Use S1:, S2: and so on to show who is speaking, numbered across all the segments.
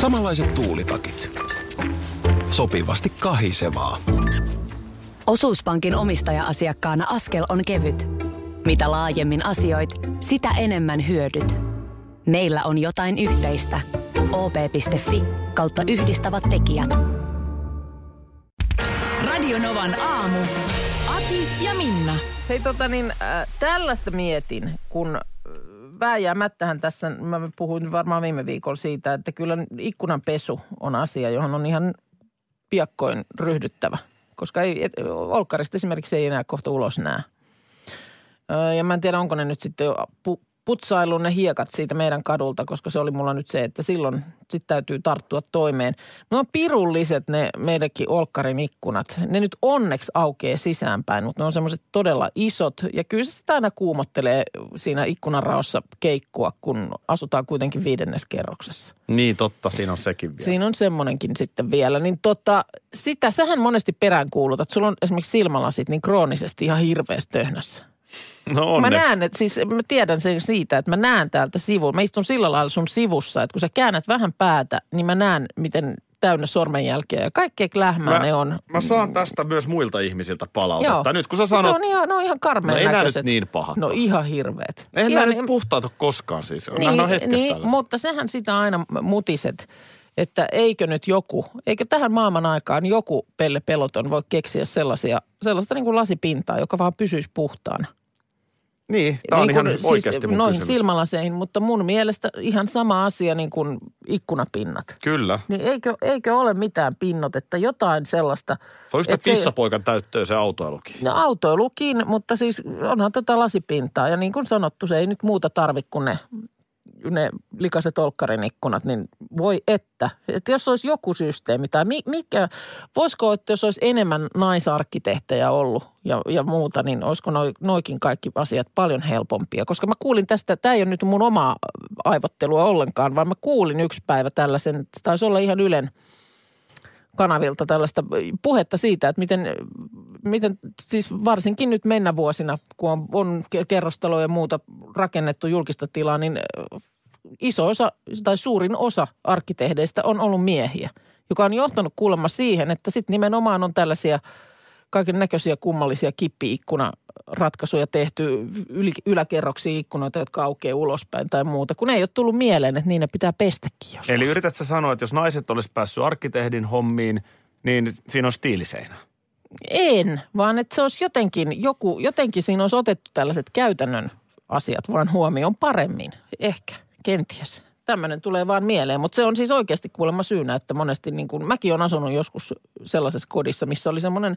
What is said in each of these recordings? S1: Samanlaiset tuulitakit. Sopivasti kahisevaa.
S2: Osuuspankin omistaja-asiakkaana askel on kevyt. Mitä laajemmin asioit, sitä enemmän hyödyt. Meillä on jotain yhteistä. op.fi kautta yhdistävät tekijät. Radionovan aamu. Ati ja Minna.
S3: Hei tota niin, äh, tällaista mietin, kun äh, vääjäämättähän tässä, mä puhuin varmaan viime viikolla siitä, että kyllä ikkunanpesu on asia, johon on ihan piakkoin ryhdyttävä. Koska ei, et, olkkarista esimerkiksi ei enää kohta ulos näe. Ö, ja mä en tiedä, onko ne nyt sitten jo pu, putsailun ne hiekat siitä meidän kadulta, koska se oli mulla nyt se, että silloin sit täytyy tarttua toimeen. Mutta on pirulliset ne meillekin olkkarin ikkunat. Ne nyt onneksi aukeaa sisäänpäin, mutta ne on semmoiset todella isot. Ja kyllä se sitä aina kuumottelee siinä ikkunanraossa keikkua, kun asutaan kuitenkin viidennes kerroksessa.
S4: Niin totta, siinä on sekin vielä.
S3: Siinä on semmoinenkin sitten vielä. Niin tota, sitä sähän monesti peräänkuulutat. Sulla on esimerkiksi silmälasit niin kroonisesti ihan hirveässä töhnässä.
S4: No onne.
S3: Mä näen, että siis mä tiedän sen siitä, että mä näen täältä sivun. Mä istun sillä lailla sun sivussa, että kun sä käännät vähän päätä, niin mä näen, miten täynnä sormenjälkeä ja kaikkea klähmää
S4: Mä-
S3: ne on.
S4: Mä saan tästä myös muilta ihmisiltä palautetta.
S3: Joo.
S4: Nyt kun sä sanot,
S3: Se on ihan, ne on ihan
S4: no
S3: karmeen
S4: ei nää nyt
S3: näköiset.
S4: niin pahat.
S3: No ihan hirveet.
S4: Eihän
S3: ihan,
S4: nää nyt puhtaat ole koskaan siis. Niin, on hetkessä
S3: niin, mutta sehän sitä aina mutiset, että eikö nyt joku, eikö tähän maailman aikaan joku pelle peloton voi keksiä sellaisia, sellaista niin kuin lasipintaa, joka vaan pysyisi puhtaana.
S4: niin tää on
S3: Niin
S4: ihan
S3: kuin
S4: siis, oikeasti mun
S3: noihin
S4: kysymys.
S3: silmälaseihin, mutta mun mielestä ihan sama asia niin kuin ikkunapinnat.
S4: Kyllä.
S3: Niin eikö, eikö ole mitään pinnotetta, jotain sellaista.
S4: Se on just
S3: Et se-
S4: pissapoikan täyttöön se autoilukin.
S3: No autoilukin, mutta siis onhan tota lasipintaa. Ja niin kuin sanottu, se ei nyt muuta tarvi kuin ne, ne likaiset olkkarin ikkunat, niin voi että. Että jos olisi joku systeemi tai mi, mikä, voisiko, että jos olisi enemmän naisarkkitehtejä ollut ja, ja muuta, niin olisiko noi, noikin kaikki asiat paljon helpompia? Koska mä kuulin tästä, tämä ei ole nyt mun omaa aivottelua ollenkaan, vaan mä kuulin yksi päivä tällaisen, että se taisi olla ihan Ylen – kanavilta tällaista puhetta siitä, että miten, miten siis varsinkin nyt mennä vuosina, kun on, on ke- kerrostaloja ja muuta rakennettu julkista tilaa, niin ö, iso osa tai suurin osa arkkitehdeistä on ollut miehiä, joka on johtanut kuulemma siihen, että sitten nimenomaan on tällaisia kaiken näköisiä kummallisia kippiikkunaratkaisuja tehty, yli, yläkerroksia ikkunoita, jotka aukeaa ulospäin tai muuta, kun ei ole tullut mieleen, että niin ne pitää pestäkin joskus.
S4: Eli yrität sä sanoa, että jos naiset olisi päässyt arkkitehdin hommiin, niin siinä olisi tiiliseinä.
S3: En, vaan että se olisi jotenkin, joku, jotenkin siinä olisi otettu tällaiset käytännön asiat vaan huomioon paremmin. Ehkä, kenties. Tämmöinen tulee vaan mieleen, mutta se on siis oikeasti kuulemma syynä, että monesti niin kuin, mäkin olen asunut joskus sellaisessa kodissa, missä oli semmoinen,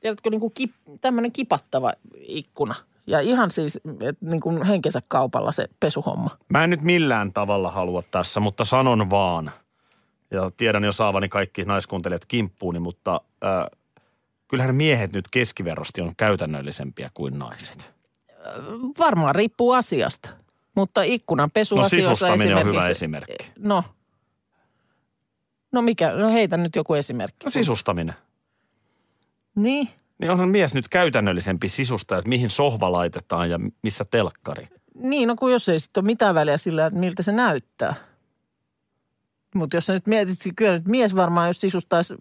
S3: tiedätkö, niin kuin kip, tämmöinen kipattava ikkuna. Ja ihan siis et, niin kuin henkensä kaupalla se pesuhomma.
S4: Mä en nyt millään tavalla halua tässä, mutta sanon vaan. Ja tiedän jo saavani kaikki naiskuuntelijat kimppuuni, mutta äh, kyllähän miehet nyt keskiverrosti on käytännöllisempiä kuin naiset. No,
S3: Varmaan riippuu asiasta, mutta ikkunan
S4: No
S3: pesuasioissa
S4: sisustaminen on
S3: esimerkiksi.
S4: hyvä esimerkki.
S3: No. No mikä? No heitä nyt joku esimerkki.
S4: No sisustaminen.
S3: Niin.
S4: Niin onhan mies nyt käytännöllisempi sisustaja, että mihin sohva laitetaan ja missä telkkari.
S3: Niin, no kun jos ei sitten ole mitään väliä sillä, että miltä se näyttää. Mutta jos sä nyt mietit, kyllä nyt mies varmaan, jos sisustaisi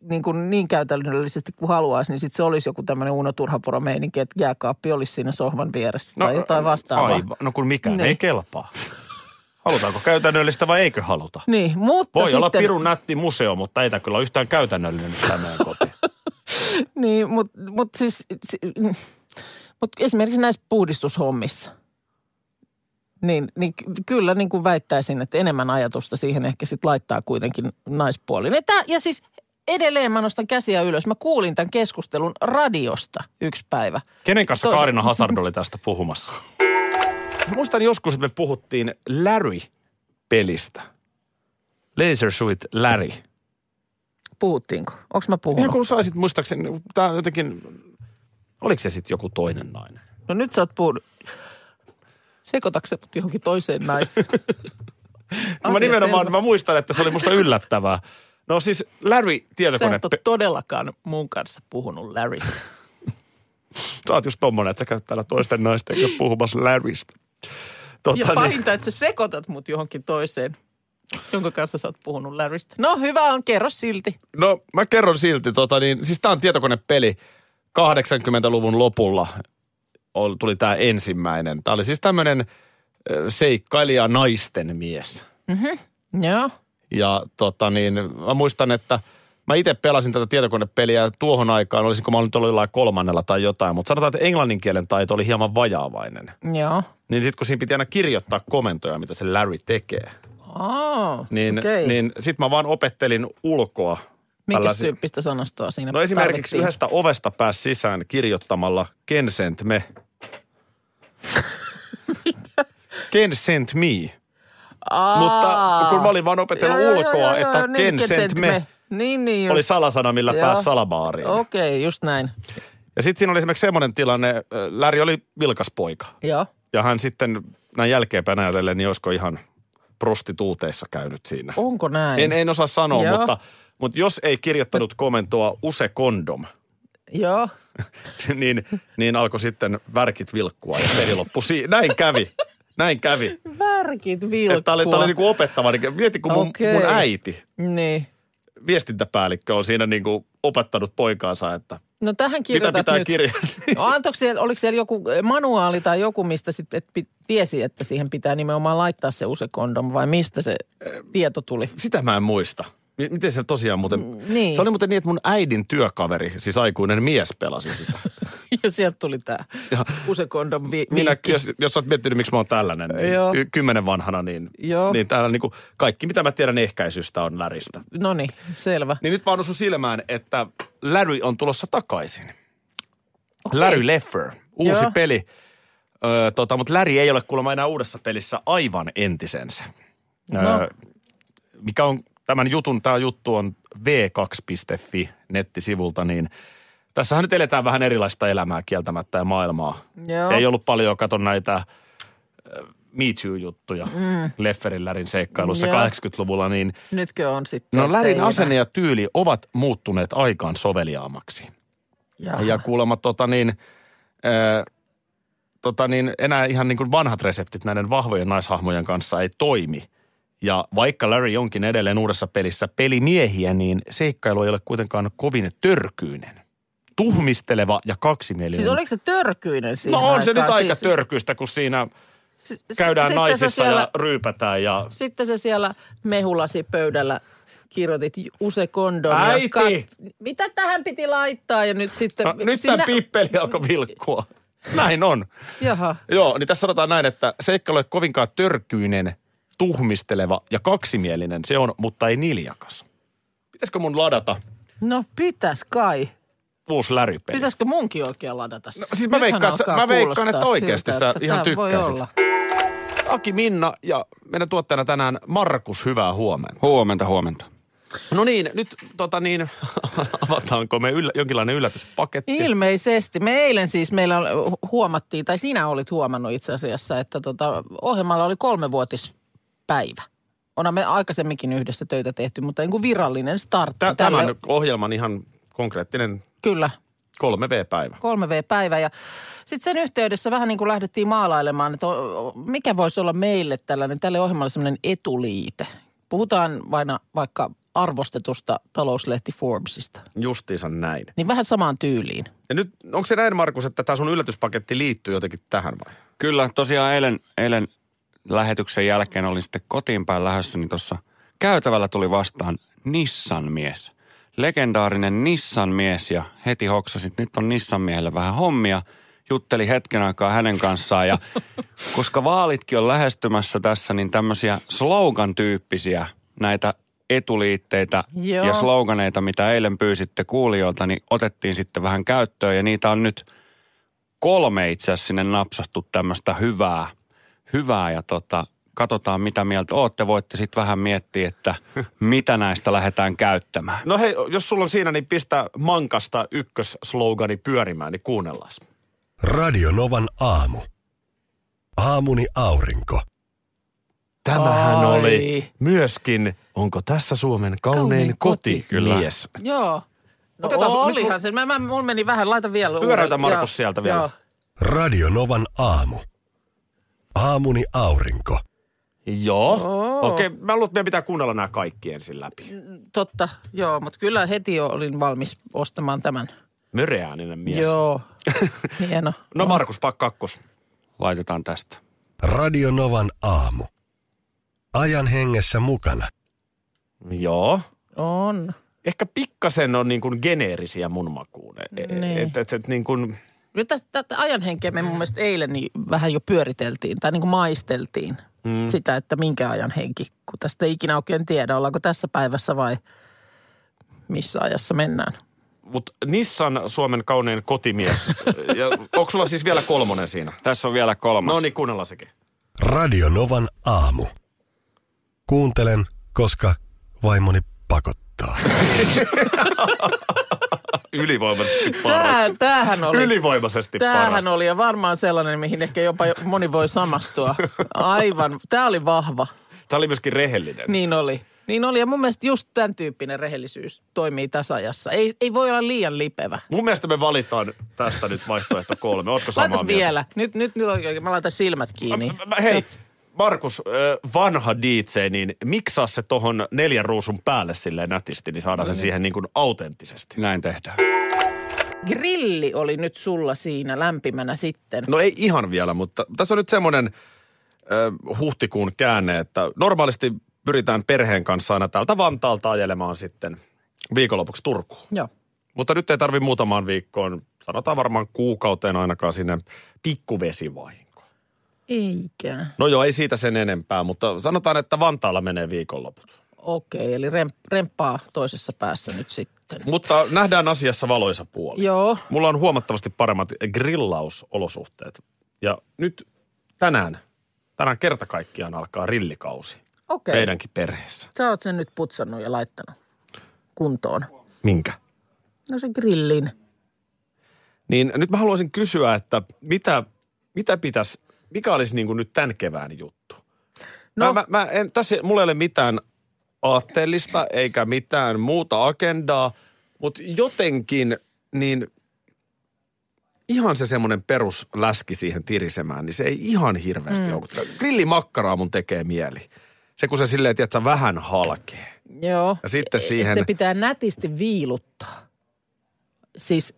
S3: niin, kuin niin käytännöllisesti kuin haluaisi, niin sitten se olisi joku tämmöinen Uno Turhapuro meininki, että jääkaappi olisi siinä sohvan vieressä no, tai jotain vastaavaa.
S4: Aivan. No kun mikään
S3: Niin.
S4: ei kelpaa. Halutaanko käytännöllistä vai eikö haluta?
S3: Niin, mutta
S4: Voi
S3: sitten,
S4: olla pirun nätti museo, mutta ei tämä kyllä ole yhtään käytännöllinen tämä meidän koti.
S3: Niin, mutta mut siis, si- mm, mut esimerkiksi näissä puhdistushommissa, niin, niin ky- kyllä niin kuin väittäisin, että enemmän ajatusta siihen ehkä sit laittaa kuitenkin naispuolin. Ja, tää, ja siis edelleen mä nostan käsiä ylös. Mä kuulin tämän keskustelun radiosta yksi päivä.
S4: Kenen kanssa
S3: Toisa-
S4: Kaarina Hazard oli tästä puhumassa? Muistan joskus, että me puhuttiin Larry-pelistä. Laser Suit Larry.
S3: Puhuttiinko? Onko mä
S4: Niin
S3: puhunut?
S4: kun saisit muistaakseni, tämä jotenkin, oliko se sitten joku toinen nainen?
S3: No nyt sä oot puhunut. Sekoitatko mut johonkin toiseen naiseen?
S4: mä
S3: Asia
S4: nimenomaan,
S3: selvä.
S4: mä muistan, että se oli musta yllättävää. No siis Larry
S3: Sä
S4: tietokone,
S3: et ole todellakaan mun kanssa puhunut Larrystä.
S4: sä oot just tommonen, että sä käyt täällä toisten naisten kanssa puhumassa Larrystä.
S3: Ja
S4: Tota, niin,
S3: pahinta, että sä sekoitat mut johonkin toiseen jonka kanssa sä oot puhunut Larrystä. No hyvä on, kerro silti.
S4: No mä kerron silti, tota niin, siis tää on tietokonepeli. 80-luvun lopulla ol- tuli tämä ensimmäinen. Tämä oli siis tämmöinen seikkailija naisten mies.
S3: Joo.
S4: Ja tota niin, mä muistan, että mä itse pelasin tätä tietokonepeliä tuohon aikaan, olisinko mä ollut jollain kolmannella tai jotain, mutta sanotaan, että englannin kielen taito oli hieman vajaavainen.
S3: Joo.
S4: Niin sitten kun siinä piti aina kirjoittaa komentoja, mitä se Larry tekee,
S3: Oh,
S4: niin,
S3: okay.
S4: okay. niin sitten mä vaan opettelin ulkoa.
S3: Minkä
S4: tällaisia-
S3: tyyppistä sanastoa siinä
S4: No esimerkiksi
S3: tarvittiin?
S4: yhdestä ovesta pääsi sisään kirjoittamalla Kensent me. Kensent me.
S3: Aa.
S4: Mutta kun mä olin vaan opettanut
S3: Joo, joo,
S4: ulkoa,
S3: joo, joo,
S4: että
S3: joo, niin,
S4: Ken sent me.
S3: Niin, niin.
S4: Oli
S3: just.
S4: salasana, millä
S3: Joo. Oh.
S4: pääsi salabaariin.
S3: Okei, okay, just näin.
S4: Ja sitten siinä oli esimerkiksi semmoinen tilanne, äh, Läri oli vilkas poika.
S3: Joo.
S4: Ja hän sitten näin jälkeenpäin ajatellen, niin olisiko ihan prostituuteissa käynyt siinä.
S3: Onko näin?
S4: En, en osaa sanoa,
S3: Oh. Joo.
S4: mutta, mutta jos ei kirjoittanut komentoa use kondom,
S3: Joo.
S4: niin, niin alkoi sitten värkit vilkkua ja peli loppui. Si- näin kävi. Näin kävi.
S3: Värkit vilkkua.
S4: Tämä oli, tää oli niinku opettava. niinku- Mieti, kun mun,
S3: Okei.
S4: mun äiti,
S3: Niin.
S4: viestintäpäällikkö, on siinä niinku opettanut poikaansa, että
S3: No tähän
S4: mitä
S3: kirjoitat
S4: pitää
S3: nyt.
S4: kirjoittaa.
S3: No, antoiko siellä, oliko siellä joku eh, manuaali tai joku, mistä sit, et, pi- tiesi, että siihen pitää nimenomaan laittaa se uusi kondom vai mistä se tieto tuli?
S4: Sitä mä en muista. M- Miten se tosiaan muuten...
S3: niin.
S4: Se oli muuten niin, että mun äidin työkaveri, siis aikuinen mies pelasi sitä.
S3: Ja sieltä tuli tämä uusi kondom vi-
S4: Minä,
S3: vinkki.
S4: jos, jos sä oot miettinyt, miksi mä oon tällainen, niin
S3: Joo.
S4: y- kymmenen vanhana, niin,
S3: Joo.
S4: niin täällä niinku kaikki, mitä mä tiedän ehkäisystä, on läristä.
S3: No niin, selvä.
S4: Niin nyt vaan osu silmään, että Larry on tulossa takaisin. Okay. Larry Leffer, uusi
S3: Joo.
S4: Joo. peli. Öö, tota, mutta Larry ei ole kuulemma enää uudessa pelissä aivan entisensä.
S3: No.
S4: mikä on tämän jutun, tämä juttu on v2.fi nettisivulta, niin tässähän nyt eletään vähän erilaista elämää kieltämättä ja maailmaa.
S3: Joo.
S4: Ei ollut paljon, katon näitä ö, Me Too-juttuja mm. Lefferin Lärin seikkailussa
S3: Joo.
S4: 80-luvulla, niin –
S3: Nytkö on sitten?
S4: No Lärin
S3: teillä?
S4: asenne ja tyyli ovat muuttuneet aikaan soveliaammaksi.
S3: Jaha.
S4: Ja kuulemma tota niin, ö, tota niin, enää ihan niin kuin vanhat reseptit näiden vahvojen naishahmojen kanssa ei toimi. Ja vaikka Larry onkin edelleen uudessa pelissä pelimiehiä, niin seikkailu ei ole kuitenkaan kovin törkyinen. Tuhmisteleva ja kaksimielinen.
S3: Siis oliko se törkyinen siinä
S4: no on se nyt
S3: aikaan?
S4: aika
S3: Siis-
S4: törkyistä, kun siinä
S3: si- si-
S4: käydään
S3: sitten sä
S4: naisissa
S3: siellä,
S4: ja ryypätään ja
S3: Sitten se siellä mehulasi pöydällä kirjoitit use kondom.
S4: Äiti!
S3: Mitä tähän piti laittaa ja nyt sitten...
S4: No, nyt tämä pippeli alkoi vilkkua. Näin on.
S3: Jaha.
S4: Joo, niin tässä sanotaan näin, että seikkailu ei ole kovinkaan törkyinen, tuhmisteleva ja kaksimielinen se on, mutta ei niljakas. Pitäisikö mun ladata
S3: No pitäis kai.
S4: uusi läripeli?
S3: Pitäisikö munkin oikein ladata se?
S4: No, siis mä
S3: Nythän
S4: veikkaan, että sä-
S3: alkaa
S4: mä veikkaan,
S3: kuulostaa
S4: että oikeasti
S3: siltä,
S4: sä
S3: että
S4: ihan
S3: tää voi
S4: tykkäisit.
S3: olla.
S4: Aki Minna ja meidän tuottajana tänään Markus, hyvää huomenta.
S5: Huomenta, huomenta.
S4: No niin, nyt tota niin, avataanko me yllä, jonkinlainen yllätyspaketti?
S3: Ilmeisesti. Me eilen siis meillä oli- huomattiin, tai sinä olit huomannut itse asiassa, että tota, ohjelmalla oli kolmevuotispäivä. Onhan me aikaisemminkin yhdessä töitä tehty, mutta niin kuin virallinen startti.
S4: Tä-
S3: tälle-
S4: Tämän ohjelman ihan konkreettinen
S3: Kyllä,
S4: 3V-päivä.
S3: 3V-päivä. Ja sitten sen yhteydessä vähän niin kuin lähdettiin maalailemaan, että o- o- mikä voisi olla meille tällainen, tälle ohjelmalle sellainen etuliite. Puhutaan vaina vaikka arvostetusta talouslehti Forbesista.
S4: Justiinsa näin.
S3: Niin vähän samaan tyyliin.
S4: Ja nyt, onko se näin Markus, että tämä sun yllätyspaketti liittyy jotenkin tähän vai?
S5: Kyllä, tosiaan eilen, eilen lähetyksen jälkeen olin sitten kotiin päin lähdössä, niin tuossa käytävällä tuli vastaan Nissan-mies. Legendaarinen Nissan-mies ja heti hoksasin, että nyt on Nissan-miehelle vähän hommia. Jutteli hetken aikaa hänen kanssaan ja koska vaalitkin on lähestymässä tässä, niin tämmöisiä slogan-tyyppisiä näitä etuliitteitä
S3: Joo.
S5: ja sloganeita, mitä eilen pyysitte kuulijoilta, niin otettiin sitten vähän käyttöön ja niitä on nyt – kolme itse asiassa sinne napsahtu tämmöistä hyvää, hyvää ja tota, katsotaan mitä mieltä ootte. Voitte sitten vähän miettiä, että mitä näistä lähdetään käyttämään.
S4: No hei, jos sulla on siinä, niin pistä mankasta ykkösslogani pyörimään, niin kuunnellaan.
S6: Radio Novan aamu. Aamuni aurinko.
S4: Tämähän
S3: Ai.
S4: Ai. oli myöskin, onko tässä Suomen kaunein,
S3: Kaunein
S4: kaunein
S3: koti,
S4: koti, koti kyllä. mies.
S3: Joo. No
S4: Otetaan su- nyt
S3: olihan
S4: kun-
S3: se. Mä, mä, mun meni vähän, laita vielä
S4: Pyöräytä,
S3: uudelleen.
S4: Markus,
S3: Joo,
S4: sieltä vielä.
S3: Joo.
S6: Radio Novan aamu. Aamuni aurinko.
S4: Joo.
S3: Oo.
S4: Okei, okay, mä luulen, että meidän pitää kuunnella nämä kaikki ensin läpi.
S3: Totta, joo, mutta kyllä heti jo olin valmis ostamaan tämän.
S4: Möreääninen mies. Joo.
S3: Joo, hieno.
S4: No Markus, pak kakkos.
S5: Laitetaan tästä.
S6: Radio Novan aamu. Ajan hengessä mukana.
S4: Joo.
S3: On.
S4: Ehkä pikkasen on niin kuin geneerisiä mun makuun.
S3: Niin.
S4: Että et, et, niin kuin,
S3: Ja tästä tätä ajan henkeä me mun mielestä eilen niin vähän jo pyöriteltiin tai niin kuin maisteltiin mm. sitä, että minkä ajan henki, kun tästä ei ikinä oikein tiedä, ollaanko tässä päivässä vai missä ajassa mennään.
S4: mut Nissan Suomen kaunein kotimies. ja onko sulla siis vielä kolmonen siinä?
S5: Tässä on vielä kolmas.
S4: No niin, kuunnellaan sekin.
S6: Radio Novan aamu. Kuuntelen, koska vaimoni pakottaa.
S4: Ylivoimaisesti parhaat.
S3: Tää, tämähän oli,
S4: Ylivoimaisesti paras.
S3: tämähän oli ja varmaan sellainen, mihin ehkä jopa jo- moni voi samastua. Aivan, tämä oli vahva.
S4: Tämä oli myöskin rehellinen.
S3: Niin oli. Niin oli ja mun mielestä just tämän tyyppinen rehellisyys toimii tasajassa. Ei, ei voi olla liian lipevä.
S4: Mun mielestä me valitaan tästä nyt vaihtoehto kolme. Ootko samaa
S3: Laitas
S4: mieltä?
S3: vielä. niin. Nyt, nyt, nyt oikein. mä laitan silmät kiinni.
S4: Mä- mä- Hei, Markus, ö, vanha DJ, niin miksaa se tohon neljän ruusun päälle silleen nätisti, niin
S3: No
S4: saadaan se siihen niin kuin autenttisesti.
S5: Näin tehdään.
S3: Grilli oli nyt sulla siinä lämpimänä sitten.
S4: No ei ihan vielä, mutta tässä on nyt semmoinen ö, huhtikuun käänne, että normaalisti pyritään perheen kanssa aina täältä Vantaalta ajelemaan sitten viikonlopuksi Turkuun.
S3: Joo.
S4: Mutta nyt ei tarvi muutamaan viikkoon, sanotaan varmaan kuukauteen ainakaan sinne pikkuvesivahinko.
S3: Eikä.
S4: No joo, ei siitä sen enempää, mutta sanotaan, että Vantaalla menee viikonloput.
S3: Okei, eli rem, remppaa toisessa päässä nyt sitten.
S4: Mutta nähdään asiassa valoisa puoli.
S3: Joo.
S4: Mulla on huomattavasti paremmat grillausolosuhteet. Ja nyt tänään, tänään kerta kaikkiaan alkaa rillikausi.
S3: Okei.
S4: Meidänkin perheessä.
S3: Sä oot sen nyt putsannut ja laittanut kuntoon.
S4: Minkä?
S3: No se grillin.
S4: Niin nyt mä haluaisin kysyä, että mitä, mitä pitäisi, mikä olisi niin kuin nyt tämän kevään juttu? No.
S3: No.
S4: Mä, mä, mä en, tässä mulla ei ole mitään aatteellista eikä mitään muuta agendaa, mutta jotenkin niin ihan se semmoinen perusläski siihen tirisemään, niin se ei ihan hirveästi mm. ole. Grillimakkaraa mun tekee mieli. Se kun se silleen, tiedätkö, vähän halkee.
S3: Joo.
S4: Ja sitten
S3: E-
S4: siihen-
S3: Se pitää nätisti viiluttaa. Siis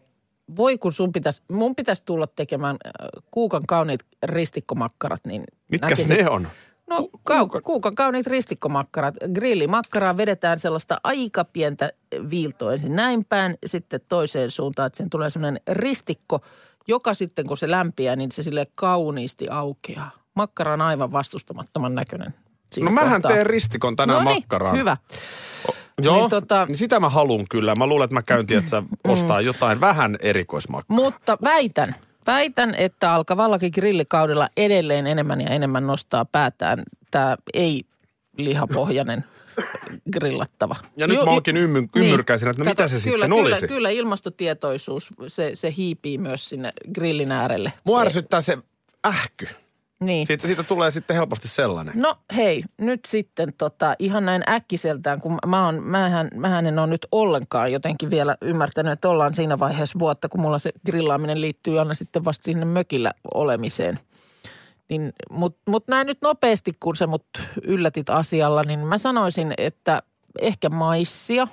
S3: voi kun sun pitäisi, mun pitäisi tulla tekemään äh, kuukan kauniit ristikkomakkarat, niin
S4: Mitkäs
S3: näkisin-
S4: ne on?
S3: No kau- kuukan kauniit ristikkomakkarat. Grillimakkaraa vedetään sellaista aika pientä viiltoa ensin näin päin, sitten toiseen suuntaan, että sen tulee sellainen ristikko, joka sitten kun se lämpiää, niin se sille kauniisti aukeaa. Makkara on aivan vastustamattoman näköinen. siinä
S4: No mähän
S3: kohtaa.
S4: teen ristikon tänään
S3: Noniin,
S4: makkaraan.
S3: hyvä.
S4: Joo, niin Mm.
S3: Niin tota-
S4: sitä mä haluan kyllä. Mä luulen, että mä käyn, tiedätkö, ostaa jotain vähän erikoismakkaraa.
S3: Mutta väitän, väitän, että alkavallakin grillikaudella edelleen enemmän ja enemmän nostaa päätään tämä ei lihapohjainen grillattava.
S4: Ja nyt
S3: Ju-
S4: mä
S3: ju-
S4: oonkin ymmyn, ymmyrkäisenä, että no mitä se
S3: Niin. kyllä,
S4: sitten
S3: kyllä,
S4: olisi.
S3: Kyllä ilmastotietoisuus, se, se hiipii myös sinne grillin äärelle.
S4: Mua ärsyttää se ähky.
S3: Niin.
S4: Siitä, siitä tulee sitten helposti sellainen.
S3: No hei, nyt sitten tota, ihan näin äkkiseltään, kun mä oon, mähän, mähän en ole nyt ollenkaan jotenkin vielä ymmärtänyt, että ollaan siinä vaiheessa vuotta, kun mulla se grillaaminen liittyy aina sitten vasta sinne mökillä olemiseen. Niin, Mutta mut näin nyt nopeasti, kun sä mut yllätit asialla, niin mä sanoisin, että ehkä maissia.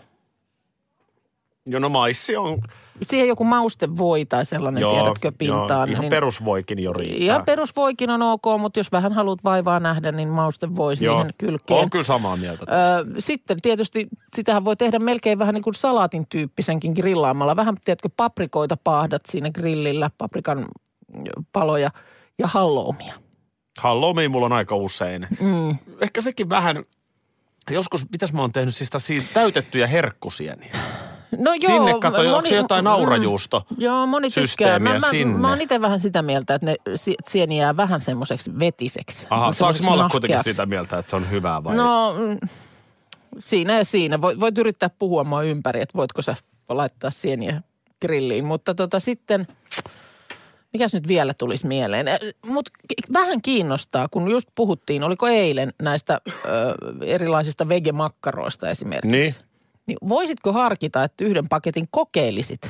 S4: Jo no maissi on,
S3: Siihen joku maustevoi tai sellainen, joo, tiedätkö, pintaan.
S4: ihan
S3: niin,
S4: perusvoikin jo riittää.
S3: ja perusvoikin on ok, mutta jos vähän haluat vaivaa nähdä, niin maustevoi siihen
S4: Joo,
S3: kylkeen.
S4: on kyllä samaa mieltä. tästä.
S3: Öö, sitten tietysti sitähän voi tehdä melkein vähän niin kuin salaatin tyyppisenkin grillaamalla. Vähän, tiedätkö, paprikoita paahdat siinä grillillä, paprikan mm, paloja ja halloumia.
S4: Halloumi mulla on aika usein. Mm. Ehkä sekin vähän, joskus, mitäs mä oon tehnyt, siis tällaisia täytettyjä herkkusieniä.
S3: No joo,
S4: Sinne kato,
S3: moni-
S4: onko se jotain naurajuusto?
S3: Mm, joo, moni tykkää.
S4: systeemiä
S3: Mä, mä,
S4: sinne?
S3: mä oon itse vähän sitä mieltä, että ne si- sieni jää vähän semmoiseksi vetiseksi.
S4: Aha, saanko
S3: Semmoiseksi
S4: mä olla kuitenkin
S3: nahkeaksi.
S4: sitä mieltä, että se on hyvää vai?
S3: No, mm, siinä ja siinä. Voit, voit yrittää puhua mua ympäri, että voitko sä laittaa sieniä grilliin. Mutta tota sitten, mikäs nyt vielä tulisi mieleen? Mutta vähän kiinnostaa, kun just puhuttiin, oliko eilen näistä ö, erilaisista vegemakkaroista esimerkiksi.
S4: Niin.
S3: niin. Voisitko harkita, että yhden paketin kokeilisit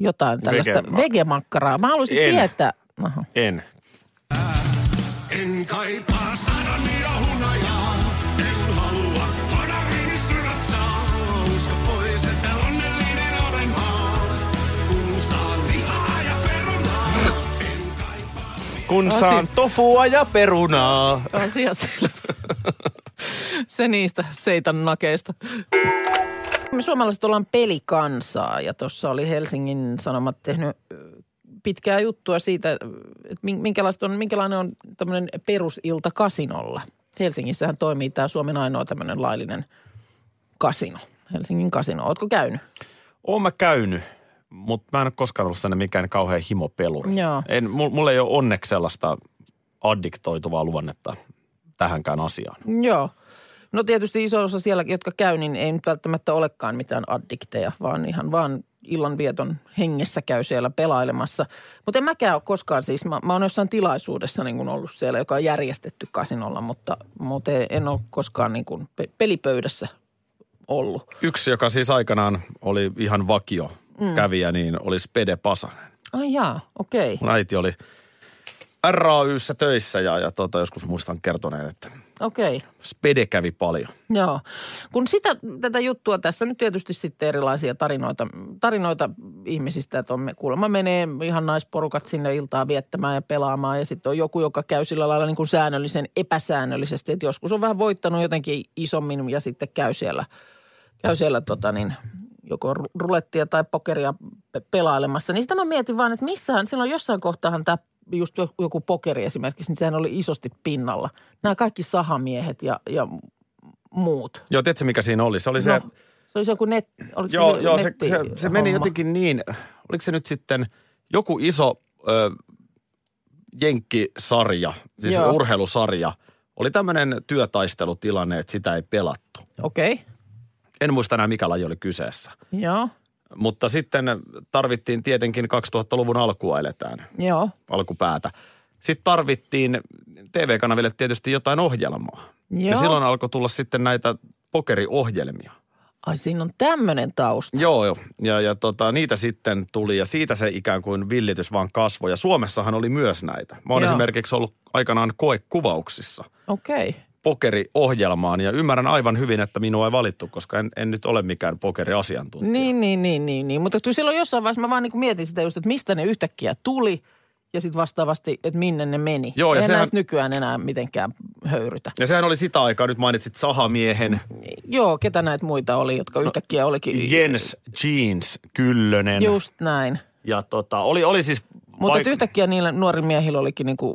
S3: jotain tällaista
S4: Vegemak-
S3: Vegemak- vegemakkaraa? Mä haluaisin
S4: En.
S3: tietää. Aha.
S4: En.
S6: En kaipaa sarania hunajaa.
S4: kun
S3: Asi-
S4: saan tofua ja perunaa.
S3: Asia selvä. Se niistä seitan nakeista. Me suomalaiset ollaan pelikansaa ja tuossa oli Helsingin Sanomat tehnyt ö, pitkää juttua siitä, ö, että min- minkälaista on, minkälainen on tämmöinen perusilta kasinolla. Helsingissähän toimii tämä Suomen ainoa tämmöinen laillinen kasino, Helsingin kasino. Ootko käynyt?
S4: Oon mä käynyt, mutta mä en ole koskaan ollut sellainen mikään kauhean himopeluri.
S3: Joo.
S4: En, mul- mulla ei ole onneksi sellaista addiktoituvaa luonnetta tähänkään asiaan.
S3: Joo. No tietysti iso osa siellä, jotka käy, niin ei nyt välttämättä olekaan mitään addikteja, vaan ihan vaan illanvieton hengessä käy siellä pelailemassa. Mutta en mäkään ole koskaan siis, mä, mä oon jossain tilaisuudessa niin kun ollut siellä, joka on järjestetty kasinolla, mutta, mutta en ole koskaan niin kun pe- pelipöydässä ollut.
S4: Yksi, joka siis aikanaan oli ihan vakio mm. kävijä, niin oli Spede Pasanen.
S3: Ai jaa, okei. Okay.
S4: Mun äiti oli RAYssä töissä ja, ja tota, joskus muistan kertoneen, että
S3: Okei. Okay.
S4: Spede kävi paljon.
S3: Joo. Kun sitä, tätä juttua tässä nyt tietysti sitten erilaisia tarinoita, tarinoita ihmisistä, että on, me- kuulemma menee ihan naisporukat sinne iltaa viettämään ja pelaamaan ja sitten on joku, joka käy sillä lailla niin kuin säännöllisen epäsäännöllisesti, että joskus on vähän voittanut jotenkin isommin ja sitten käy siellä, käy siellä tota niin, joko ru- rulettia tai pokeria pe- pelailemassa. Niin sitä mä mietin vaan, että missähän, silloin jossain kohtaahan tämä just jo- joku pokeri esimerkiksi, niin sehän oli isosti pinnalla. Nämä kaikki sahamiehet ja, ja muut.
S4: Joo, tiedätkö mikä siinä oli? Se oli se,
S3: no, se olisi joku net, oliko
S4: joo,
S3: se,
S4: joo, se,
S3: netti
S4: se, se meni jotenkin niin, oliko se nyt sitten joku iso ö, jenkkisarja, siis
S3: Joo.
S4: joo. urheilusarja, oli tämmöinen työtaistelutilanne, että sitä ei pelattu.
S3: Okei, okay.
S4: En muista enää mikä laji oli kyseessä.
S3: joo,
S4: Mutta sitten tarvittiin tietenkin 2000-luvun alkua eletään,
S3: joo,
S4: alkupäätä. Sitten tarvittiin TV-kanaville tietysti jotain ohjelmaa.
S3: joo.
S4: Ja silloin alkoi tulla sitten näitä pokeriohjelmia.
S3: Ai siinä on tämmöinen tausta.
S4: Joo, joo. Ja, ja tota, niitä sitten tuli ja siitä se ikään kuin villitys vaan kasvoi. Ja Suomessahan oli myös näitä. Mä oon
S3: Joo.
S4: esimerkiksi ollut aikanaan koekuvauksissa
S3: Okei, okay.
S4: pokeriohjelmaan ja ymmärrän aivan hyvin, että minua ei valittu, koska en, en nyt ole mikään pokeriasiantuntija.
S3: niin, niin, niin, niin, niin. Mutta kyllä silloin jossain vaiheessa mä vaan niin mietin sitä just, että mistä ne yhtäkkiä tuli ja sitten vastaavasti, että minne ne meni.
S4: Joo, ja
S3: Eihän
S4: sehän-
S3: näistä nykyään enää mitenkään höyrytä.
S4: Ja sehän oli sitä aikaa, nyt mainitsit Sahamiehen,
S3: Joo, ketä näitä muita oli, jotka
S4: No,
S3: yhtäkkiä olikin...
S4: Jens Jeans Kyllönen.
S3: Niin. Just näin.
S4: Ja tota, oli, oli siis...
S3: Mutta
S4: vaik-
S3: Vaik- yhtäkkiä niillä nuorilla miehillä olikin niinku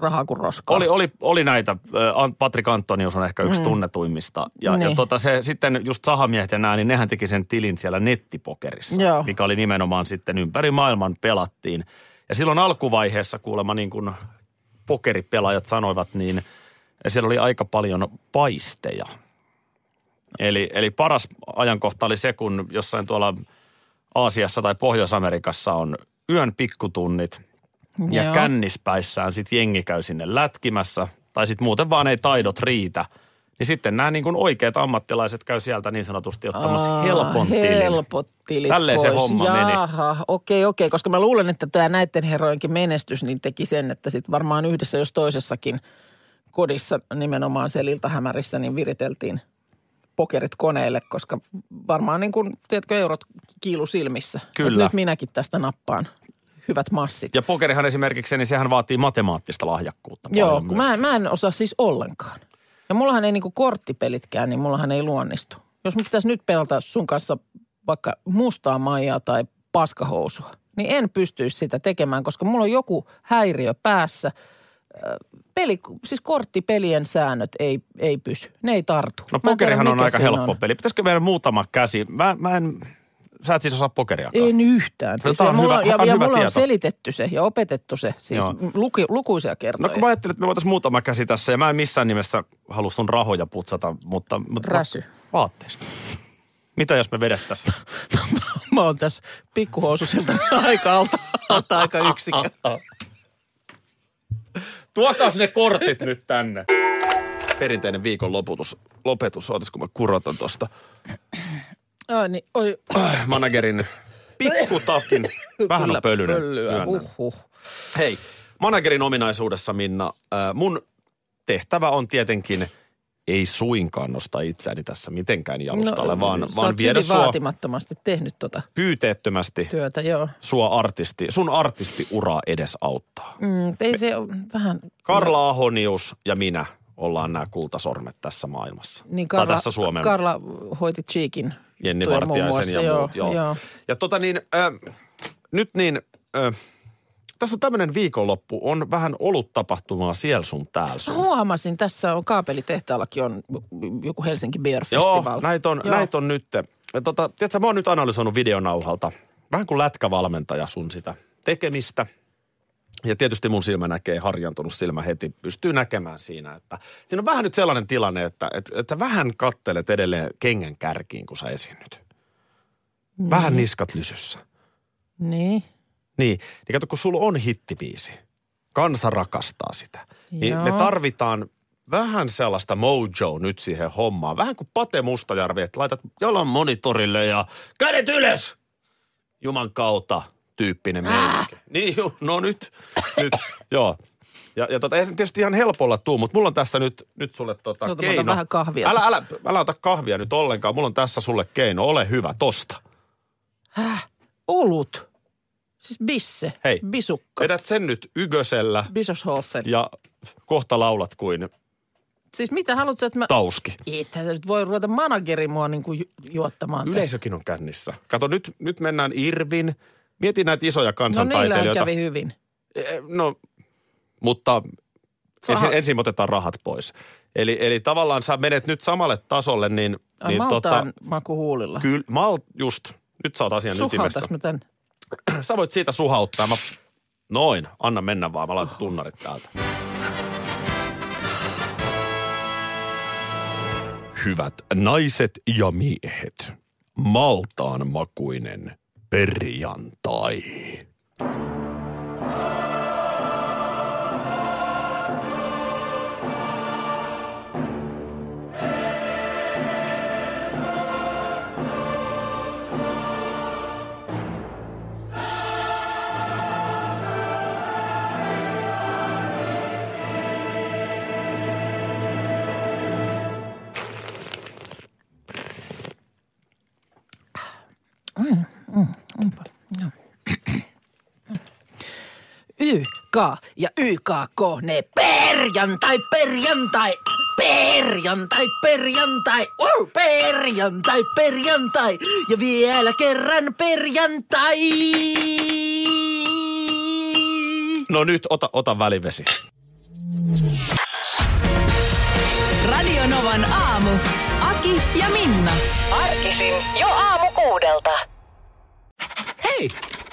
S3: rahaa kuin roskaa.
S4: Oli, oli, oli näitä. Ö, An- Patrik Antonius on ehkä yksi mm. tunnetuimmista. Ja, niin.
S3: Niin.
S4: ja tota se, sitten just sahamiehet ja nämä, niin nehän teki sen tilin siellä nettipokerissa,
S3: Joo.
S4: mikä oli nimenomaan sitten ympäri maailman pelattiin. Ja silloin alkuvaiheessa kuulemma niin kuin pokeripelaajat sanoivat, niin siellä oli aika paljon paisteja. Eli, eli paras ajankohta oli se, kun jossain tuolla Aasiassa tai Pohjois-Amerikassa on yön pikkutunnit ja
S3: Joo.
S4: kännispäissään sitten jengi käy sinne lätkimässä tai sitten muuten vaan ei taidot riitä. Niin sitten nämä niin kuin oikeat ammattilaiset käy sieltä niin sanotusti ottamassa
S3: Aa,
S4: helpon tilin.
S3: Helpot tilit
S4: Tälleen
S3: pois.
S4: se homma meni.
S3: Jaha, meni. okei, okei. Koska mä luulen, että tämä näiden herrojenkin menestys niin teki sen, että sitten varmaan yhdessä jos toisessakin kodissa nimenomaan siellä iltahämärissä niin viriteltiin pokerit koneelle, koska varmaan niin kuin, tiedätkö, eurot kiilu silmissä. Et
S4: Kyllä.
S3: nyt minäkin tästä nappaan hyvät massit.
S4: Ja pokerihan esimerkiksi, niin sehän vaatii matemaattista lahjakkuutta
S3: Joo,
S4: paljon
S3: kun
S4: myöskin.
S3: mä, mä en osaa siis ollenkaan. Ja mullahan ei niinku korttipelitkään, niin mullahan ei luonnistu. Jos mun pitäisi nyt pelata sun kanssa vaikka mustaa maijaa tai paskahousua, niin en pystyisi sitä tekemään, koska mulla on joku häiriö päässä. Ö, Peli, siis korttipelien säännöt ei, ei pysy, ne ei tartu.
S4: No
S3: Mä en tiedä,
S4: pokerihan on
S3: mikä
S4: aika
S3: siinä
S4: helppo peli. Pitäisikö meidän muutama käsi? Mä, mä en, sä et siis osaa pokeriakaan.
S3: En yhtään. Siis
S4: Tämä
S3: ja
S4: on
S3: mulla,
S4: hyvä-
S3: ja,
S4: tämä on
S3: ja
S4: hyvä
S3: mulla on
S4: tieto.
S3: selitetty se ja opetettu se, siis
S4: Joo.
S3: luki, lukuisia kertoja.
S4: No kun mä ajattelin, että me voitaisiin muutama käsi tässä ja mä en missään nimessä halua sun rahoja putsata, mutta... mutta
S3: Räsy.
S4: Vaatteista. Mitä jos me vedettäisiin?
S3: Mä oon tässä pikkuhoususilta aika alta, alta aika yksikö.
S4: Tuokas ne kortit nyt tänne. Perinteinen viikon loputus, lopetus. Ootas, mä kurotan tosta
S3: Ai niin, oi.
S4: managerin pikkutakin. Vähän
S3: kyllä
S4: on pölynyt.
S3: Pölyä,
S4: myönnän.
S3: uhuh.
S4: Hei, managerin ominaisuudessa Minna, äh, mun tehtävä on tietenkin ei suinkaan nosta itseäni tässä mitenkään jalustalle,
S3: No,
S4: vaan,
S3: sä
S4: vaan
S3: oot
S4: viedä
S3: hyvin
S4: sua
S3: vaatimattomasti tehnyt tuota
S4: pyyteettömästi
S3: työtä, joo.
S4: sua artisti, sun artistiuraa edes auttaa.
S3: Mm, mut ei se ole vähän...
S4: Karla Ahonius ja minä ollaan nämä kultasormet tässä maailmassa.
S3: Niin
S4: tai tässä Suomen
S3: Karla hoiti Cheekin
S4: Jenni
S3: juttuja muun
S4: Vartiaisen ja
S3: muassa,
S4: muut. Joo,
S3: joo.
S4: Ja tota niin, äh, nyt niin, äh, tässä on tämmöinen viikonloppu, on vähän ollut tapahtumaa siellä sun täällä sun.
S3: Huomasin, tässä on kaapelitehtaallakin on joku Helsinki Beer
S4: Joo,
S3: Festival.
S4: näitä on, näit on nyt. Ja Tota, tiedätkö, mä oon nyt analysoinut videonauhalta. Vähän kuin lätkävalmentaja sun sitä tekemistä. Ja tietysti mun silmä näkee, harjantunut silmä heti, pystyy näkemään siinä, että siinä on vähän nyt sellainen tilanne, että, että, että sä vähän kattelet edelleen kengän kärkiin, kun sä esiinnyt. Vähän
S3: Mm.
S4: niskat lysyssä.
S3: Niin.
S4: Niin, niin kato, kun sulla on hittibiisi, kansa rakastaa sitä, niin
S3: Joo.
S4: me tarvitaan vähän sellaista mojo nyt siihen hommaan. Vähän kuin Pate Mustajärvi, että laitat jalan monitorille ja kädet ylös! Juman kautta tyyppinen
S3: Äh.
S4: meininki. Niin, ju- no nyt, nyt, joo. Ja, ja tota, ei se tietysti ihan helpolla tuu, mutta mulla on tässä nyt, nyt sulle tota
S3: Ota, mä otan
S4: keino.
S3: vähän kahvia
S4: Älä, älä, älä ota kahvia nyt ollenkaan, mulla on tässä sulle keino, ole hyvä, tosta.
S3: Häh? Olut. Siis bisse.
S4: Hei.
S3: Bisukka.
S4: Vedät sen nyt ykösellä.
S3: Bisoshofer.
S4: ja kohta laulat kuin
S3: Siis mitä haluatko, sä, että mä...
S4: tauski.
S3: Että nyt voi ruveta manageri mua niin kuin ju- juottamaan tässä.
S4: Yleisökin on kännissä. Kato, nyt, nyt mennään Irvin. Mieti näitä isoja
S3: No niillä
S4: kansantaiteilijoita.
S3: kävi hyvin.
S4: Eh, No, mutta ensin, ensin otetaan rahat pois. Eli, eli tavallaan sä menet nyt samalle tasolle, niin,
S3: Ai,
S4: niin
S3: niin, maltaan tota... makuhuulilla.
S4: kyllä, mal, just, nyt sä oot asian ytimessä.
S3: Suhautas mä tän.
S4: Sä voit siitä suhauttaa. Mä... Noin, anna mennä vaan. Mä laitan tunnarit täältä. Hyvät naiset ja miehet, maltaan makuinen perjantai.
S3: YK ja YKK, ne perjantai, perjantai, perjantai, perjantai, wow, perjantai, perjantai ja vielä kerran perjantai.
S4: No nyt, ota, ota välivesi.
S2: Radio Novan aamu. Aki ja Minna.
S7: Arkisin jo aamu kuudelta.
S8: Hei!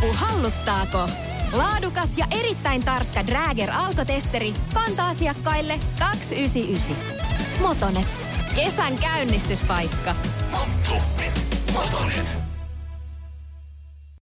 S2: Puhalluttaako? Laadukas ja erittäin tarkka Dräger alkotesteri kanta asiakkaille 299. Motonet. Kesän käynnistyspaikka.
S8: Motonet.